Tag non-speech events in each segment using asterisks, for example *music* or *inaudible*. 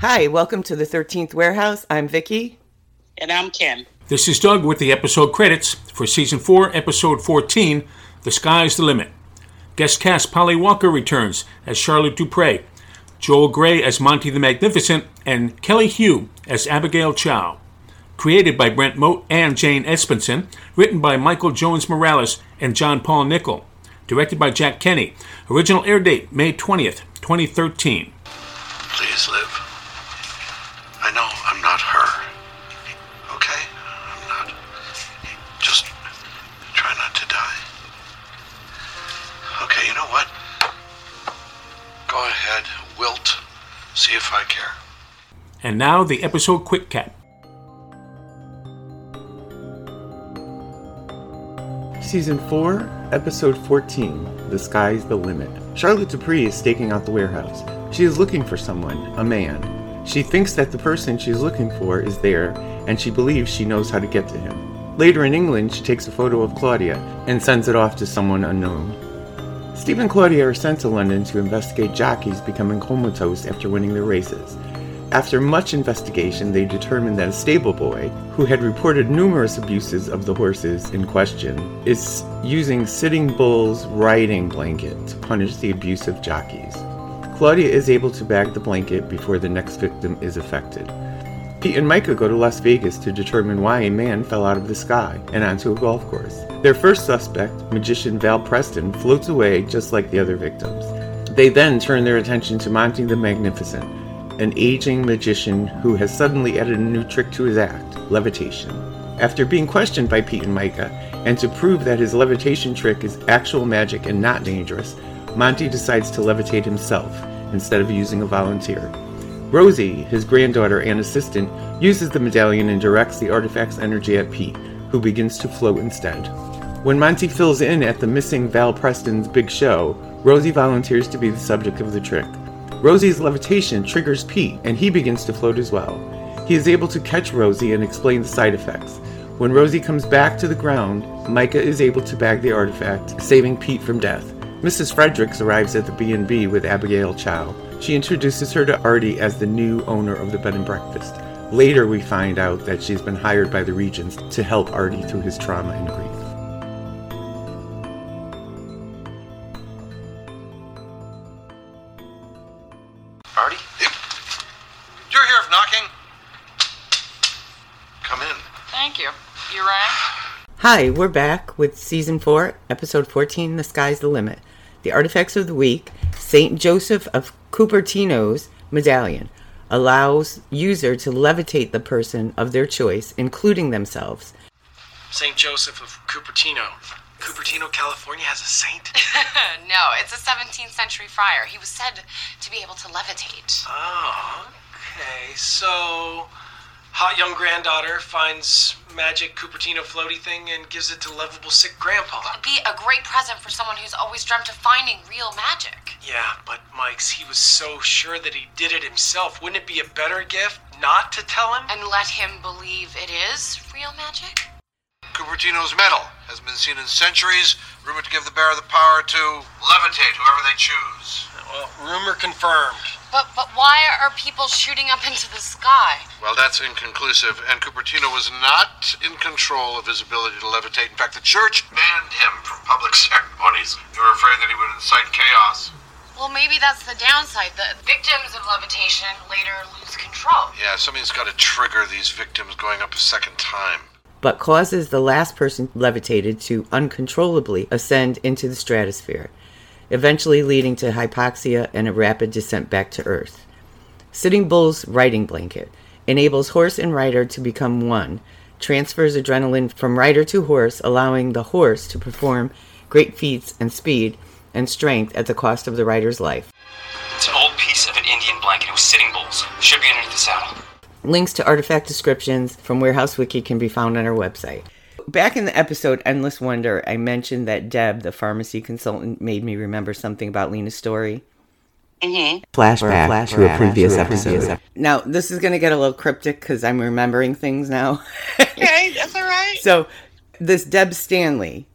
Hi, welcome to the 13th Warehouse. I'm Vicki. And I'm Kim. This is Doug with the episode credits for Season 4, Episode 14 The Sky's the Limit. Guest cast Polly Walker returns as Charlotte Dupre, Joel Gray as Monty the Magnificent, and Kelly Hugh as Abigail Chow. Created by Brent Moat and Jane Espenson, written by Michael Jones Morales and John Paul Nickel, directed by Jack Kenny. Original air date May 20th, 2013. Please, Liv. I know I'm not her. Okay? I'm not. Just try not to die. Okay, you know what? Go ahead, wilt. See if I care. And now the episode quick cap. Season 4, Episode 14 The Sky's the Limit. Charlotte Dupree is staking out the warehouse. She is looking for someone, a man. She thinks that the person she's looking for is there, and she believes she knows how to get to him. Later in England, she takes a photo of Claudia and sends it off to someone unknown. Steve and Claudia are sent to London to investigate jockeys becoming comatose after winning their races. After much investigation, they determine that a stable boy, who had reported numerous abuses of the horses in question, is using Sitting Bull's riding blanket to punish the abuse of jockeys. Claudia is able to bag the blanket before the next victim is affected. Pete and Micah go to Las Vegas to determine why a man fell out of the sky and onto a golf course. Their first suspect, magician Val Preston, floats away just like the other victims. They then turn their attention to Monty the Magnificent, an aging magician who has suddenly added a new trick to his act levitation. After being questioned by Pete and Micah, and to prove that his levitation trick is actual magic and not dangerous, Monty decides to levitate himself instead of using a volunteer. Rosie, his granddaughter and assistant, uses the medallion and directs the artifact's energy at Pete, who begins to float instead. When Monty fills in at the missing Val Preston's big show, Rosie volunteers to be the subject of the trick. Rosie's levitation triggers Pete, and he begins to float as well. He is able to catch Rosie and explain the side effects. When Rosie comes back to the ground, Micah is able to bag the artifact, saving Pete from death. Mrs. Fredericks arrives at the B&B with Abigail Chow. She introduces her to Artie as the new owner of the bed and breakfast. Later, we find out that she's been hired by the Regents to help Artie through his trauma and grief. Artie? You're here if knocking. Come in. Thank you. You rang? Hi, we're back with Season 4, Episode 14 The Sky's the Limit. The artifacts of the week St. Joseph of Cupertino's medallion allows user to levitate the person of their choice, including themselves. St. Joseph of Cupertino. Cupertino, California has a saint? *laughs* no, it's a 17th century friar. He was said to be able to levitate. Oh, okay. So, hot young granddaughter finds magic Cupertino floaty thing and gives it to lovable sick grandpa. Be a great present for someone who's always dreamt of finding real magic. Yeah, but Mike's, he was so sure that he did it himself. Wouldn't it be a better gift not to tell him? And let him believe it is real magic? Cupertino's medal has been seen in centuries, rumored to give the bearer the power to levitate whoever they choose. Well, rumor confirmed. But but why are people shooting up into the sky? Well, that's inconclusive, and Cupertino was not in control of his ability to levitate. In fact, the church banned him from public *laughs* ceremonies. They were afraid that he would incite chaos. Well, maybe that's the downside. The victims of levitation later lose control. Yeah, something's got to trigger these victims going up a second time. but causes the last person levitated to uncontrollably ascend into the stratosphere, eventually leading to hypoxia and a rapid descent back to Earth. Sitting Bull's riding blanket enables horse and rider to become one, transfers adrenaline from rider to horse, allowing the horse to perform great feats and speed and strength at the cost of the rider's life. It's an old piece of an Indian blanket. It was sitting bulls. It should be underneath the saddle. Links to artifact descriptions from Warehouse Wiki can be found on our website. Back in the episode Endless Wonder, I mentioned that Deb, the pharmacy consultant, made me remember something about Lena's story. Mm-hmm. Flashback, to a previous episode. Now, this is going to get a little cryptic because I'm remembering things now. Okay, that's all *laughs* right. so, this Deb Stanley,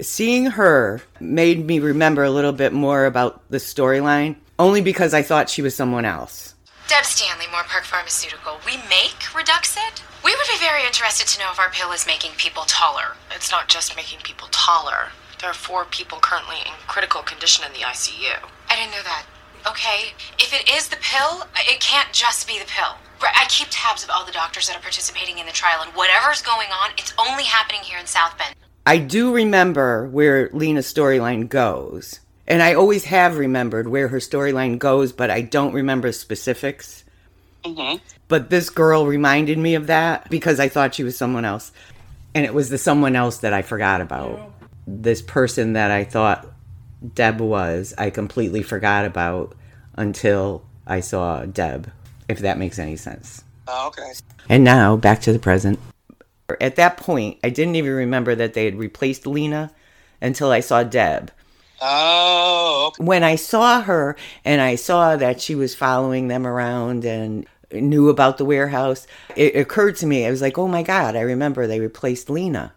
seeing her made me remember a little bit more about the storyline, only because I thought she was someone else. Deb Stanley, Moorpark Pharmaceutical. We make Reduxit? We would be very interested to know if our pill is making people taller. It's not just making people taller. There are four people currently in critical condition in the ICU. I didn't know that. Okay, if it is the pill, it can't just be the pill. Re- I keep tabs of all the doctors that are participating in the trial, and whatever's going on, it's only happening here in South Bend. I do remember where Lena's storyline goes. And I always have remembered where her storyline goes, but I don't remember specifics. Mm-hmm. But this girl reminded me of that because I thought she was someone else. And it was the someone else that I forgot about. This person that I thought Deb was, I completely forgot about until I saw Deb, if that makes any sense. Oh, okay. And now back to the present. At that point, I didn't even remember that they had replaced Lena until I saw Deb. Oh, okay. When I saw her and I saw that she was following them around and knew about the warehouse, it occurred to me, I was like, oh my God, I remember they replaced Lena.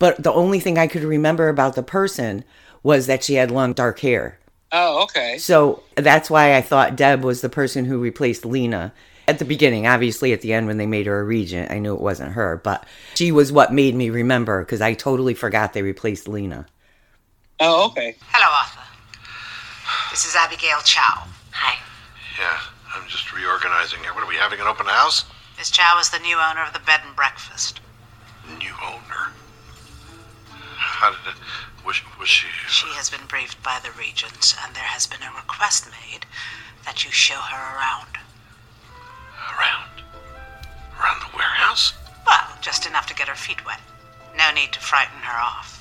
But the only thing I could remember about the person was that she had long dark hair. Oh, okay. So that's why I thought Deb was the person who replaced Lena at the beginning. Obviously, at the end when they made her a regent, I knew it wasn't her, but she was what made me remember because I totally forgot they replaced Lena. Oh, okay. Hello, Arthur. This is Abigail Chow. Hi. Yeah, I'm just reorganizing here. What are we having an open house? Miss Chow is the new owner of the bed and breakfast. New owner. How did it? Was, was she? She has been briefed by the regents, and there has been a request made that you show her around. Around? Around the warehouse? Well, just enough to get her feet wet. No need to frighten her off.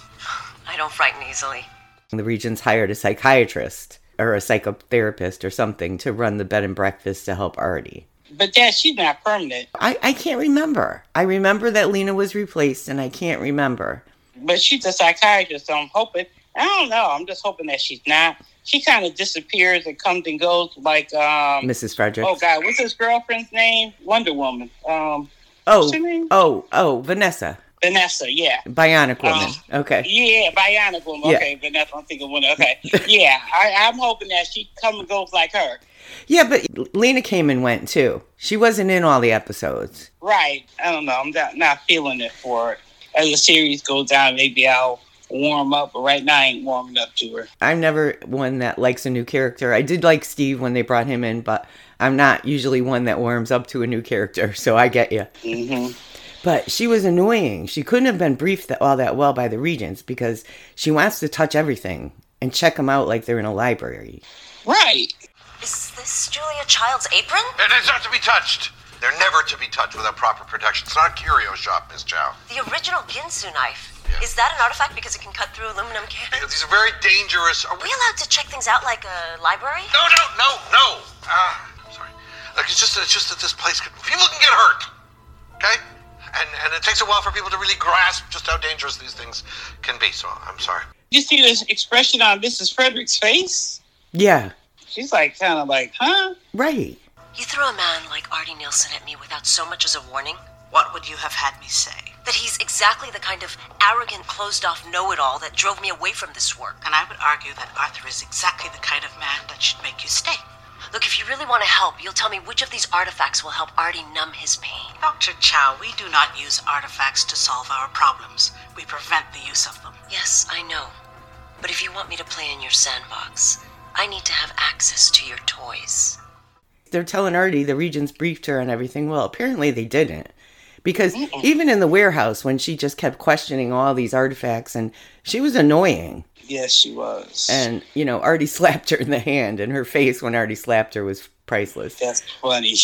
*sighs* I don't frighten easily. And the regents hired a psychiatrist or a psychotherapist or something to run the bed and breakfast to help Artie. But that she's not permanent. I, I can't remember. I remember that Lena was replaced, and I can't remember. But she's a psychiatrist, so I'm hoping. I don't know. I'm just hoping that she's not. She kind of disappears and comes and goes like um. Mrs. Frederick. Oh God, what's his girlfriend's name? Wonder Woman. Um, Oh, what's her name? oh, oh, Vanessa. Vanessa. Yeah. Bionic Oh, woman. okay. Yeah, Bionic Woman. Yeah. Okay, Vanessa. I'm thinking one. Okay. *laughs* yeah, I, I'm hoping that she come and goes like her. Yeah, but Lena came and went too. She wasn't in all the episodes. Right. I don't know. I'm not, not feeling it for it. As the series goes down, maybe I'll warm up. But right now, I ain't warming up to her. I'm never one that likes a new character. I did like Steve when they brought him in, but I'm not usually one that warms up to a new character, *laughs* so I get you. hmm But she was annoying. She couldn't have been briefed that, all that well by the regents because she wants to touch everything and check them out like they're in a library. Right. Is this Julia Child's apron? And it's not to be touched. They're never to be touched without proper protection. It's not a curio shop, Miss Chow. The original Ginsu knife. Yeah. Is that an artifact because it can cut through aluminum cans? Because these are very dangerous. Are Are we allowed to check things out like a library? No, no, no, no. Ah, sorry. Look, it's just, it's just that this place could, people can get hurt. Okay? And, and it takes a while for people to really grasp just how dangerous these things can be. So I'm sorry. You see this expression on Mrs. Frederick's face? Yeah, She's like, kind of like, huh? right. You threw a man like Artie Nielsen at me without so much as a warning? What would you have had me say? That he's exactly the kind of arrogant, closed off know it all that drove me away from this work. And I would argue that Arthur is exactly the kind of man that should make you stay. Look, if you really want to help, you'll tell me which of these artifacts will help Artie numb his pain. Dr. Chow, we do not use artifacts to solve our problems. We prevent the use of them. Yes, I know. But if you want me to play in your sandbox, I need to have access to your toys. They're telling Artie the regents briefed her and everything. Well, apparently they didn't. Because even in the warehouse, when she just kept questioning all these artifacts, and she was annoying. Yes, she was. And, you know, Artie *laughs* slapped her in the hand, and her face when Artie slapped her was priceless. That's funny.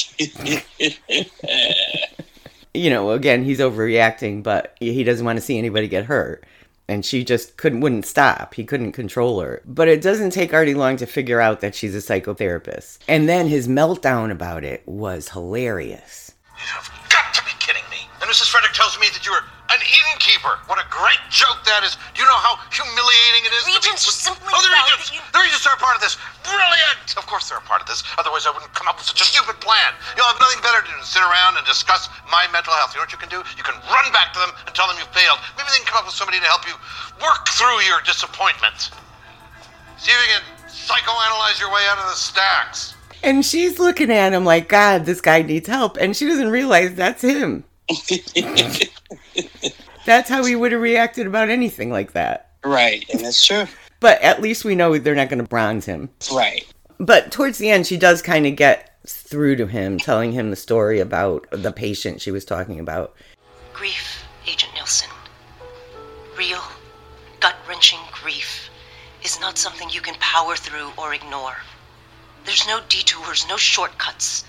*laughs* you know, again, he's overreacting, but he doesn't want to see anybody get hurt. And she just couldn't, wouldn't stop. He couldn't control her. But it doesn't take Artie long to figure out that she's a psychotherapist. And then his meltdown about it was hilarious. You've got to be kidding me. And Mrs. Frederick tells me that you're an innkeeper. What a great joke that is. Do you know how humiliating it is? to be- Regents are simply Oh, the proud that regents. you- The regents are a part of this. Brilliant. Of course they're a part of this. Otherwise, I wouldn't come up with such a stupid plan. You'll have nothing better to do than sit around and discuss my mental health. You know what you can do? You can run back to them and tell them you failed. Maybe they can come up with somebody to help you work through your disappointment. See if you can psychoanalyze your way out of the stacks. And she's looking at him like, God, this guy needs help. And she doesn't realize that's him. that's how he would have reacted about anything like that. Right, and that's true. But at least we know they're not going to bronze him. Right. But towards the end, she does kind of get through to him, telling him the story about the patient she was talking about. Grief, Agent Nilsson. Real, gut wrenching grief is not something you can power through or ignore. There's no detours, no shortcuts.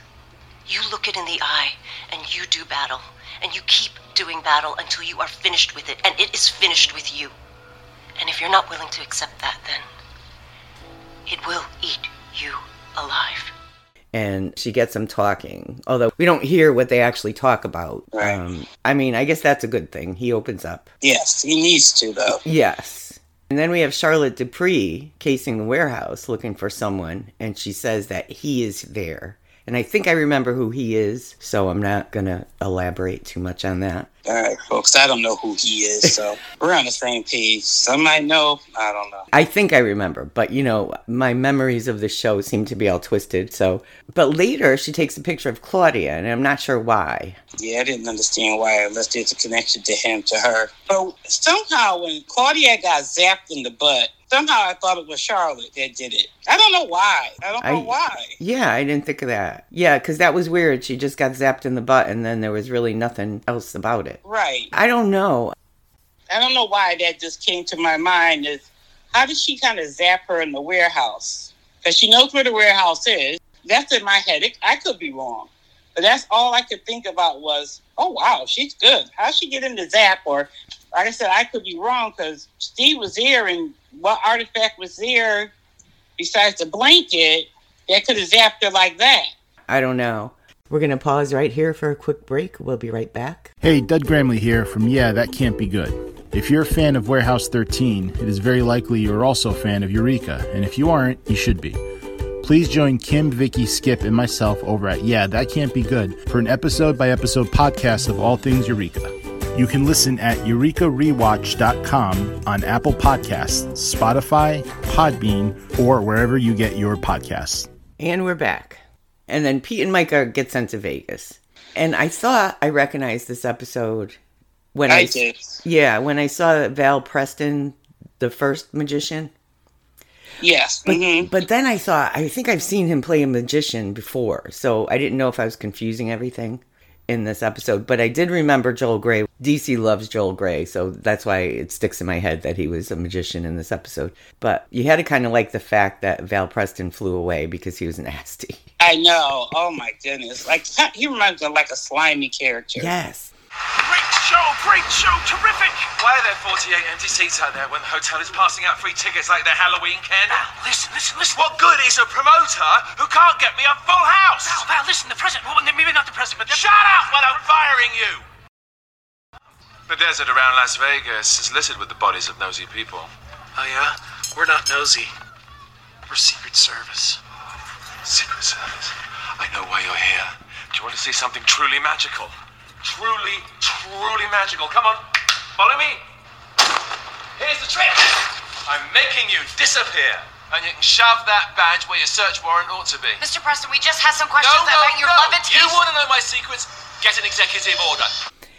You look it in the eye and you do battle, and you keep doing battle until you are finished with it, and it is finished with you. And if you're not willing to accept that, then it will eat you alive. And she gets him talking, although we don't hear what they actually talk about. Um, I mean, I guess that's a good thing. He opens up. Yes, he needs to, though. Yes. And then we have Charlotte Dupree casing the warehouse looking for someone, and she says that he is there. And I think I remember who he is, so I'm not going to elaborate too much on that. All right, folks, I don't know who he is, so *laughs* we're on the same page. Some might know, I don't know. I think I remember, but you know, my memories of the show seem to be all twisted. So, but later she takes a picture of Claudia, and I'm not sure why. Yeah, I didn't understand why, unless there's a connection to him, to her. But somehow, when Claudia got zapped in the butt, somehow I thought it was Charlotte that did it. I don't know why. I don't know I- why. Yeah, I didn't think of that. Yeah, because that was weird. She just got zapped in the butt, and then there was really nothing else about it. Right. I don't know. I don't know why that just came to my mind is how did she kind of zap her in the warehouse? Because she knows where the warehouse is. That's in my head. It, I could be wrong. But that's all I could think about was, oh, wow, she's good. How'd she get in the zap? Or, like I said, I could be wrong because Steve was there and what artifact was there besides the blanket that could have zapped her like that? I don't know. We're going to pause right here for a quick break. We'll be right back. Hey, Dud Gramley here from Yeah, That Can't Be Good. If you're a fan of Warehouse 13, it is very likely you're also a fan of Eureka, and if you aren't, you should be. Please join Kim, Vicky, Skip, and myself over at Yeah, That Can't Be Good for an episode by episode podcast of all things Eureka. You can listen at eurekarewatch.com on Apple Podcasts, Spotify, Podbean, or wherever you get your podcasts. And we're back. And then Pete and Micah get sent to Vegas. And I thought I recognized this episode when I I did. Yeah, when I saw Val Preston, the first magician. Yes. Mm-hmm. But, but then I thought, I think I've seen him play a magician before. So I didn't know if I was confusing everything in this episode. But I did remember Joel Gray. DC loves Joel Gray. So that's why it sticks in my head that he was a magician in this episode. But you had to kind of like the fact that Val Preston flew away because he was *laughs* nasty. I know. Oh, my goodness. Like, he reminds me of like a slimy character. Yes. Great show, great show, terrific! Why are there 48 empty seats out there when the hotel is passing out free tickets like the Halloween can? Val, listen, listen, listen. What good is a promoter who can't get me a full house? Val, Val, listen, the president. Well, maybe not the president, but the... Shut up when I'm firing you! The desert around Las Vegas is littered with the bodies of nosy people. Oh, yeah? We're not nosy. We're Secret Service. Secret Service. I know why you're here. Do you want to see something truly magical? Truly, truly magical. Come on, follow me. Here's the trick. I'm making you disappear, and you can shove that badge where your search warrant ought to be. Mr. Preston, we just had some no, questions no, about your no. levity. You want to know my secrets? Get an executive order.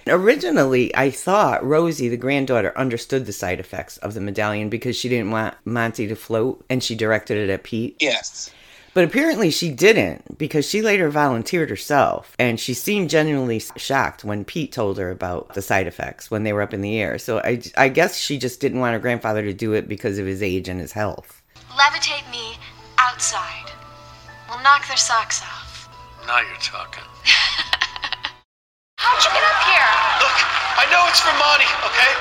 Originally, I thought Rosie, the granddaughter, understood the side effects of the medallion because she didn't want Monty to float and she directed it at Pete. Yes. But apparently she didn't because she later volunteered herself and she seemed genuinely shocked when Pete told her about the side effects when they were up in the air. So I, I guess she just didn't want her grandfather to do it because of his age and his health. Levitate me outside. We'll knock their socks off. Now you're talking. How'd you get up here? Look, I know it's for money, okay?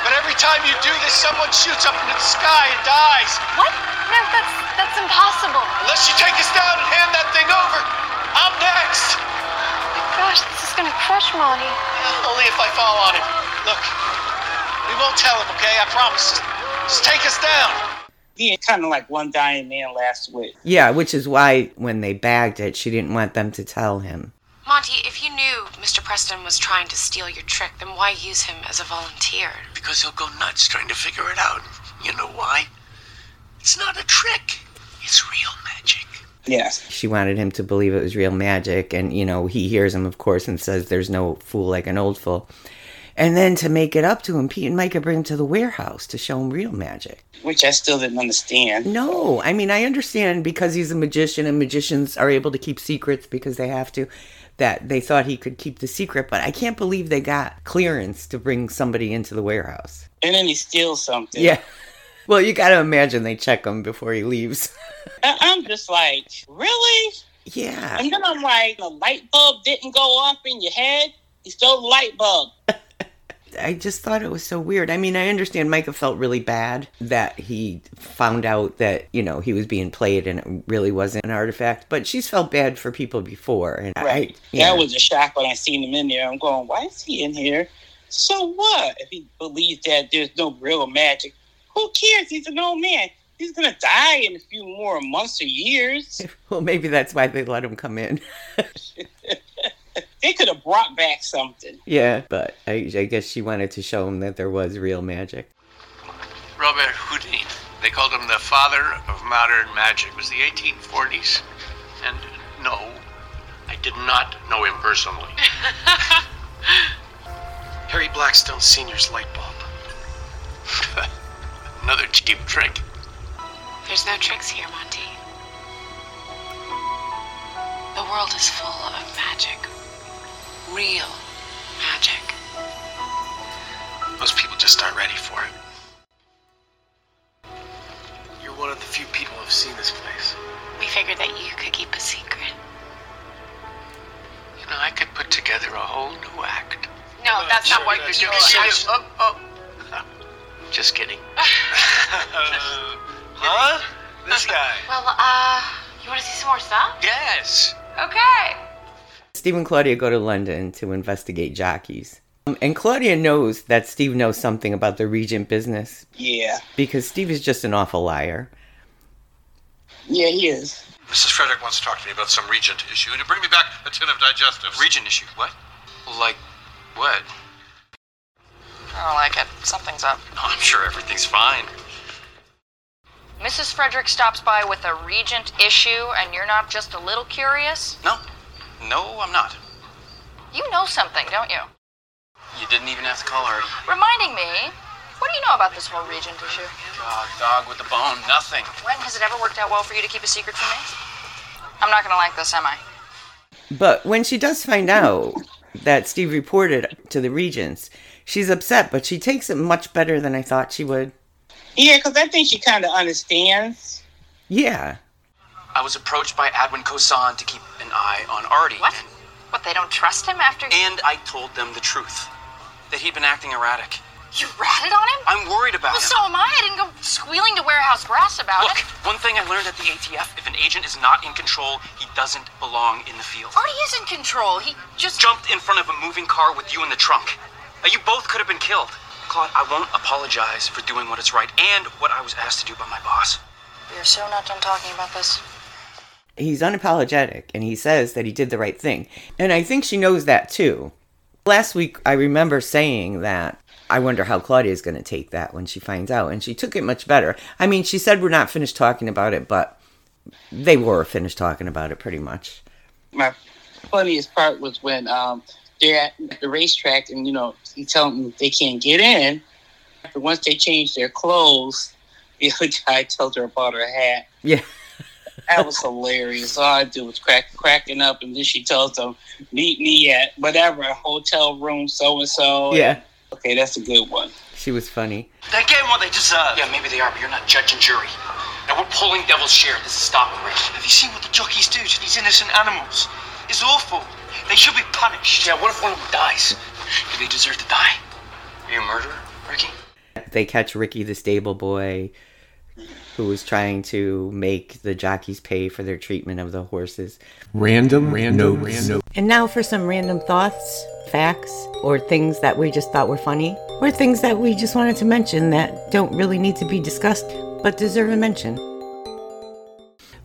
But every time you do this, someone shoots up into the sky and dies. What? No, that's that's impossible. Unless you take us down and hand that thing over, I'm next. Oh my gosh, this is gonna crush Monty. Only if I fall on him. Look, we won't tell him, okay? I promise. Just take us down. He kind of like one dying man last week. Yeah, which is why when they bagged it, she didn't want them to tell him. Monty, if you knew Mr. Preston was trying to steal your trick, then why use him as a volunteer? Because he'll go nuts trying to figure it out. You know why? It's not a trick. It's real magic. Yes. She wanted him to believe it was real magic. And, you know, he hears him, of course, and says, There's no fool like an old fool. And then to make it up to him, Pete and Micah bring him to the warehouse to show him real magic. Which I still didn't understand. No, I mean, I understand because he's a magician and magicians are able to keep secrets because they have to, that they thought he could keep the secret, but I can't believe they got clearance to bring somebody into the warehouse. And then he steals something. Yeah. *laughs* Well, you got to imagine they check him before he leaves. *laughs* I- I'm just like, really? Yeah. And then I'm like, the light bulb didn't go off in your head. He stole the light bulb. I just thought it was so weird. I mean, I understand Micah felt really bad that he found out that, you know, he was being played and it really wasn't an artifact, but she's felt bad for people before. And Right. I, yeah. That was a shock when I seen him in there. I'm going, why is he in here? So what? If he believes that there's no real magic, who cares? He's an old man. He's gonna die in a few more months or years. well, maybe that's why they let him come in. *laughs* They could have brought back something. yeah. But I, I guess she wanted to show him that there was real magic. Robert Houdin. They called him the father of modern magic. It was the 1840s. And no, I did not know him personally. Harry Blackstone Sr.'s light bulb. Another cheap trick. There's no tricks here, Monty. The world is full of magic. Real magic. Most people just aren't ready for it. You're one of the few people who've seen this place. We figured that you could keep a secret. You know, I could put together a whole new act. No, Uh, that's not what Sure, you that's did. good. I sh- Oh, oh. Just kidding. huh? This guy. Well, uh, you want to see some more stuff? Yes. Okay. Steve and Claudia go to London to investigate jockeys. Um, and Claudia knows that Steve knows something about the Regent business Yeah. because Steve is just an awful liar. Yeah, he is. Mrs. Frederick wants to talk to me about some regent issue, and you bring me back a tin of digestives. Regent issue? What? Like, what? I don't like it. Something's up. I'm sure everything's fine. Mrs. Frederick stops by with a regent issue, and you're not just a little curious? No. No, I'm not. You know something, don't you? You didn't even have to call her. Reminding me, what do you know about this whole regent issue? God, dog with the bone, nothing. When has it ever worked out well for you to keep a secret from me? I'm not gonna like this, am I? But when she does find out that Steve reported to the Regents, she's upset, but she takes it much better than I thought she would. Yeah, because I think she kind of understands. Yeah. I was approached by Adwin Kosan to keep an eye on Artie. What? And, What, they don't trust him after and I told them the truth that he'd been acting erratic. you ratted on him? I'm worried about Well, him. so am I. I didn't go squealing to warehouse brass about Look, it. one thing I learned at the ATF if an agent is not in control, he doesn't belong in the field. Artie is in control. He just jumped in front of a moving car with you in the trunk. Uh, you both could have been killed. Claude, I won't apologize for doing what is right and what I was asked to do by my boss. We are so not done talking about this. He's unapologetic and he says that he did the right thing. And I think she knows that too. Last week, I remember saying that I wonder how Claudia's going to take that when she finds out. And she took it much better. I mean, she said we're not finished talking about it, but they were finished talking about it pretty much. my funniest part was when um, they're at the racetrack and you know he telling them they can't get in. But once they change their clothes, *laughs* the other guy tells her about her hat. Yeah. That was hilarious. All I do was crack cracking up, and then she tells them, "Meet me at whatever hotel room, so and so." Yeah. Okay, that's a good one. She was funny. They're getting what they deserve. Yeah, maybe they are, but you're not judge and jury. Now we're pulling devil's share. This is stopping Rick. Have you seen what the jockeys do to these innocent animals? It's awful. They should be punished. Yeah, what if one of them dies? Do they deserve to die? Are you a murderer, Ricky? They catch Ricky the stable boy who was trying to make the jockeys pay for their treatment of the horses. Random, random, random. And now for some random thoughts, facts, or things that we just thought were funny, or things that we just wanted to mention that don't really need to be discussed but deserve a mention.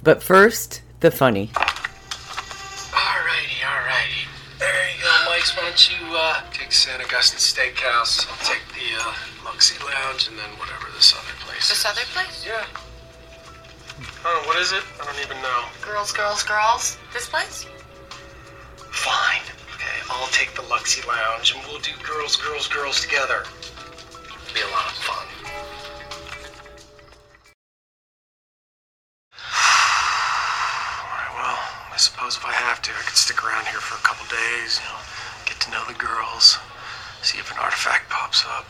But first, the funny. Alrighty, alrighty. There you go, Mike's. Why don't you uh, take San Augustine Steakhouse? I'll take the uh, Luxy Lounge and then whatever this other place. This other place? Yeah. Oh, what is it? I don't even know. Girls, girls, girls. This place? Fine. Okay, I'll take the Luxy Lounge and we'll do girls, girls, girls together. It'll be a lot of fun. Alright, well, I suppose if I have to, I could stick around here for a couple days, you know, get to know the girls, see if an artifact pops up.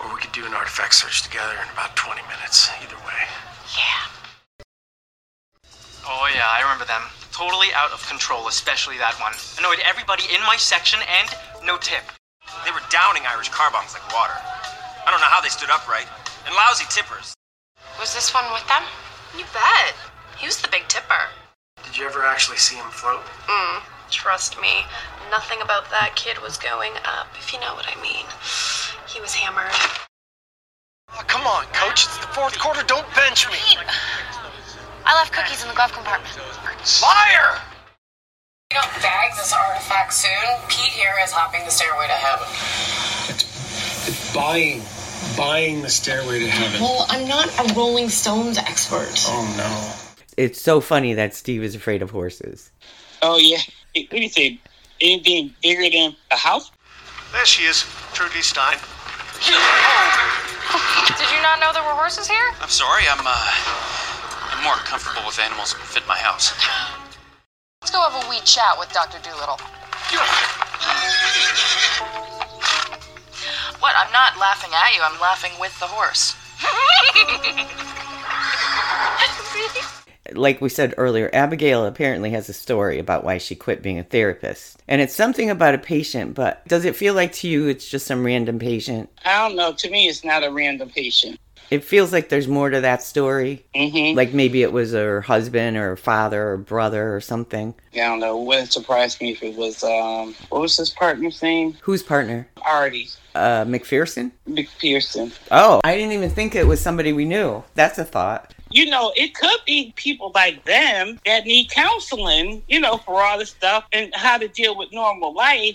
Or we could do an artifact search together in about 20 minutes, either way. Oh yeah, I remember them. Totally out of control, especially that one. Annoyed everybody in my section and no tip. They were downing Irish car bombs like water. I don't know how they stood upright. And lousy tippers. Was this one with them? You bet. He was the big tipper. Did you ever actually see him float? Hmm. Mm, trust me. Nothing about that kid was going up, if you know what I mean. He was hammered. Oh, come on, coach. It's the fourth quarter. Don't bench me. I left cookies in the glove compartment. Liar! We don't bag this artifact soon. Pete here is hopping the stairway to heaven. Buying. Buying the stairway to heaven. Well, I'm not a Rolling Stones expert. Oh no. It's so funny that Steve is afraid of horses. Oh yeah. What do you say? Anything bigger than a house? There she is, Trudy Stein. Did you not know there were horses here? I'm sorry, I'm uh I'm more comfortable with animals that fit my house. Let's go have a wee chat with Dr. Doolittle. What? I'm not laughing at you, I'm laughing with *laughs* the horse. Like we said earlier, Abigail apparently has a story about why she quit being a therapist. And it's something about a patient, but does it feel like to you it's just some random patient? I don't know. To me, it's not a random patient. It feels like there's more to that story. Mm-hmm. Like maybe it was her husband or father or brother or something. I don't know. Wouldn't surprise me if it was um. What was his partner's name? Whose partner? Artie Uh, McPherson? McPherson. Oh, I didn't even think it was somebody we knew. That's a thought. You know, it could be people like them that need counseling. You know, for all this stuff and how to deal with normal life.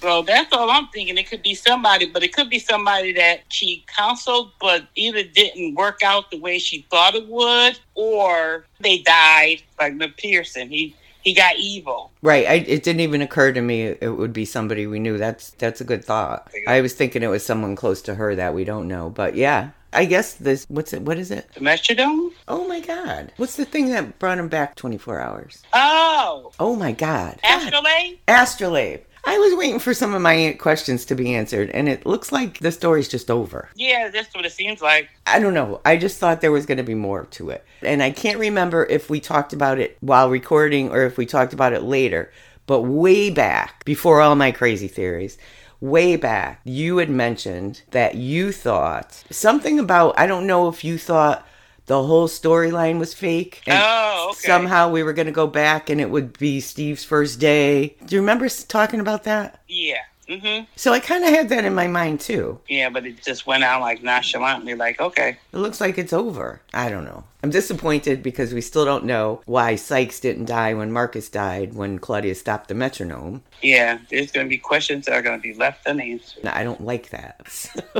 So that's all I'm thinking. It could be somebody, but it could be somebody that she counseled, but either didn't work out the way she thought it would, or they died. Like McPherson, he he got evil. Right. I, it didn't even occur to me it would be somebody we knew. That's that's a good thought. I was thinking it was someone close to her that we don't know, but yeah. I guess this. What's it? What is it? The Metrodome. Oh my God! What's the thing that brought him back 24 hours? Oh, Oh my God! Astrolabe? Astrolabe. I was waiting for some of my questions to be answered, and it looks like the story's just over. Yeah, that's what it seems like. I don't know. I just thought there was going to be more to it. And I can't remember if we talked about it while recording or if we talked about it later. But way back, before all my crazy theories, way back, you had mentioned that you thought something about, I don't know if you thought the whole storyline was fake. And Oh, okay. Somehow we were going to go back and it would be Steve's first day. Do you remember s- talking about that? Yeah. hmm So I kind of had that in my mind too. Yeah, but it just went out like nonchalantly, like, okay. It looks like it's over. I don't know. I'm disappointed because we still don't know why Sykes didn't die when Marcus died when Claudia stopped the metronome. Yeah, there's going to be questions that are going to be left unanswered. *laughs* No, I don't like that.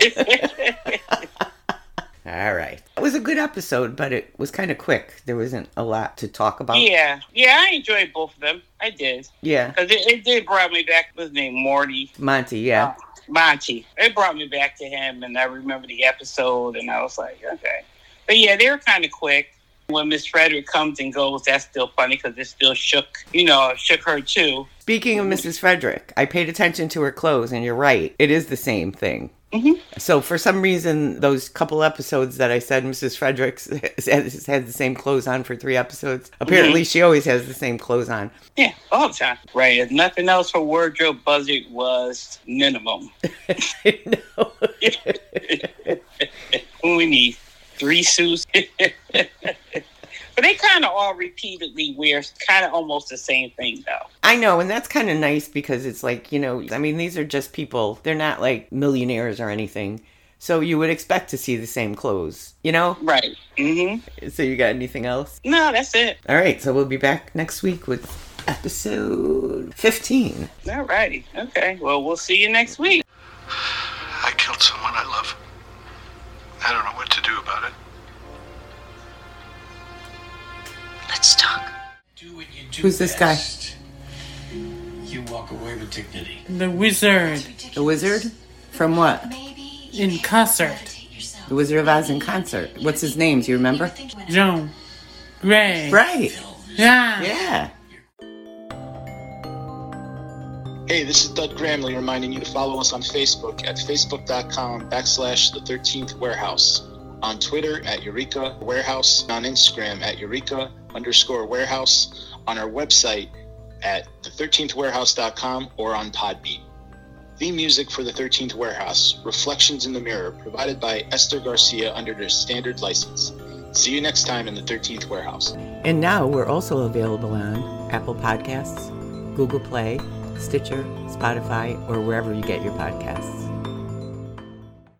*laughs* All right. It was a good episode, but it was kind of quick. There wasn't a lot to talk about. Yeah, yeah, I enjoyed both of them. I did. Yeah. Because it, it did brought me back, what's his name, Morty, Monty, yeah. Monty. It brought me back to him, and I remember the episode, and I was like, okay. But yeah, they were kind of quick. When Miss Frederick comes and goes, that's still funny because it still shook, you know, shook her too. Speaking of Mrs. Frederick, I paid attention to her clothes, and you're right. It is the same thing. Mm-hmm. So for some reason, those couple episodes that I said Mrs. Fredericks *laughs* has had the same clothes on for three episodes. Apparently, Mhm. she always has the same clothes on. Yeah, all the time. Right. If nothing else, her wardrobe budget was minimum. we need three suits. *laughs* but they kind of all repeatedly wear kind of almost the same thing, though. I know, and that's kind of nice because it's like, you know, I mean, these are just people. They're not like millionaires or anything. So you would expect to see the same clothes, you know? Right. Mm-hmm. So you got anything else? No, that's it. All right, so we'll be back next week with episode 15. All righty. Okay. Well, we'll see you next week. I killed someone I love. I don't know what to do about it. Let's talk. Who's this guy? You walk away with dignity. The wizard The wizard? From what? in concert. The Wizard of Oz in concert. What's his name? Do you remember? Joan Gray. Right. Yeah. Yeah. Hey, this is Doug Gramley reminding you to follow us on Facebook at facebook.com backslash the 13th warehouse, on Twitter at Eureka Warehouse, on Instagram at Eureka underscore warehouse, on our website at the13thwarehouse.com or on Podbean. Theme music for the 13th Warehouse, Reflections in the Mirror, provided by Esther Garcia under their standard license. See you next time in the 13th Warehouse. And now we're also available on Apple Podcasts, Google Play, Stitcher, Spotify, or wherever you get your podcasts.